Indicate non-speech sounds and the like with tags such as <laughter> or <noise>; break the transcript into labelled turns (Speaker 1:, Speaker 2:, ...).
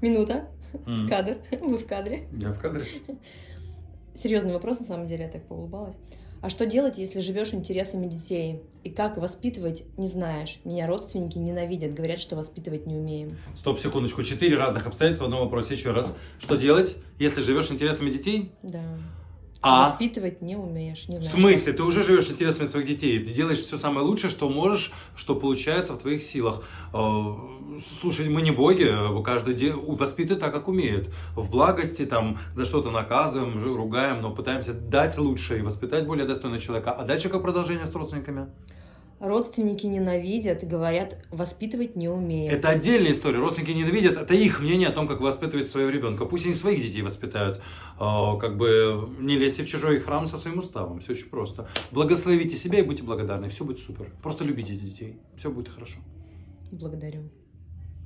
Speaker 1: Минута.
Speaker 2: М.
Speaker 1: Кадр. <laughs> Вы в кадре.
Speaker 2: Я в кадре.
Speaker 1: Серьезный вопрос, на самом деле, я так поулыбалась. А что делать, если живешь интересами детей? И как воспитывать, не знаешь. Меня родственники ненавидят, говорят, что воспитывать не умеем.
Speaker 2: Стоп, секундочку. Четыре разных обстоятельства в одном вопросе. Еще раз. Что делать, если живешь интересами детей?
Speaker 1: Да.
Speaker 2: А.
Speaker 1: Воспитывать не умеешь, не
Speaker 2: В
Speaker 1: знаешь.
Speaker 2: смысле? Ты уже живешь интересами своих детей. Ты делаешь все самое лучшее, что можешь, что получается в твоих силах. Э, Слушай, мы не боги. Каждый де... у- воспитывает так, как умеет. В благости, там, за что-то наказываем, ж- ругаем, но пытаемся дать лучше и воспитать более достойного человека. А дальше как продолжение с родственниками?
Speaker 1: Родственники ненавидят, говорят, воспитывать не умеем.
Speaker 2: Это отдельная история. Родственники ненавидят. Это их мнение о том, как воспитывать своего ребенка. Пусть они своих детей воспитают. Э, Как бы не лезьте в чужой храм со своим уставом. Все очень просто. Благословите себя и будьте благодарны. Все будет супер. Просто любите детей. Все будет хорошо.
Speaker 1: Благодарю.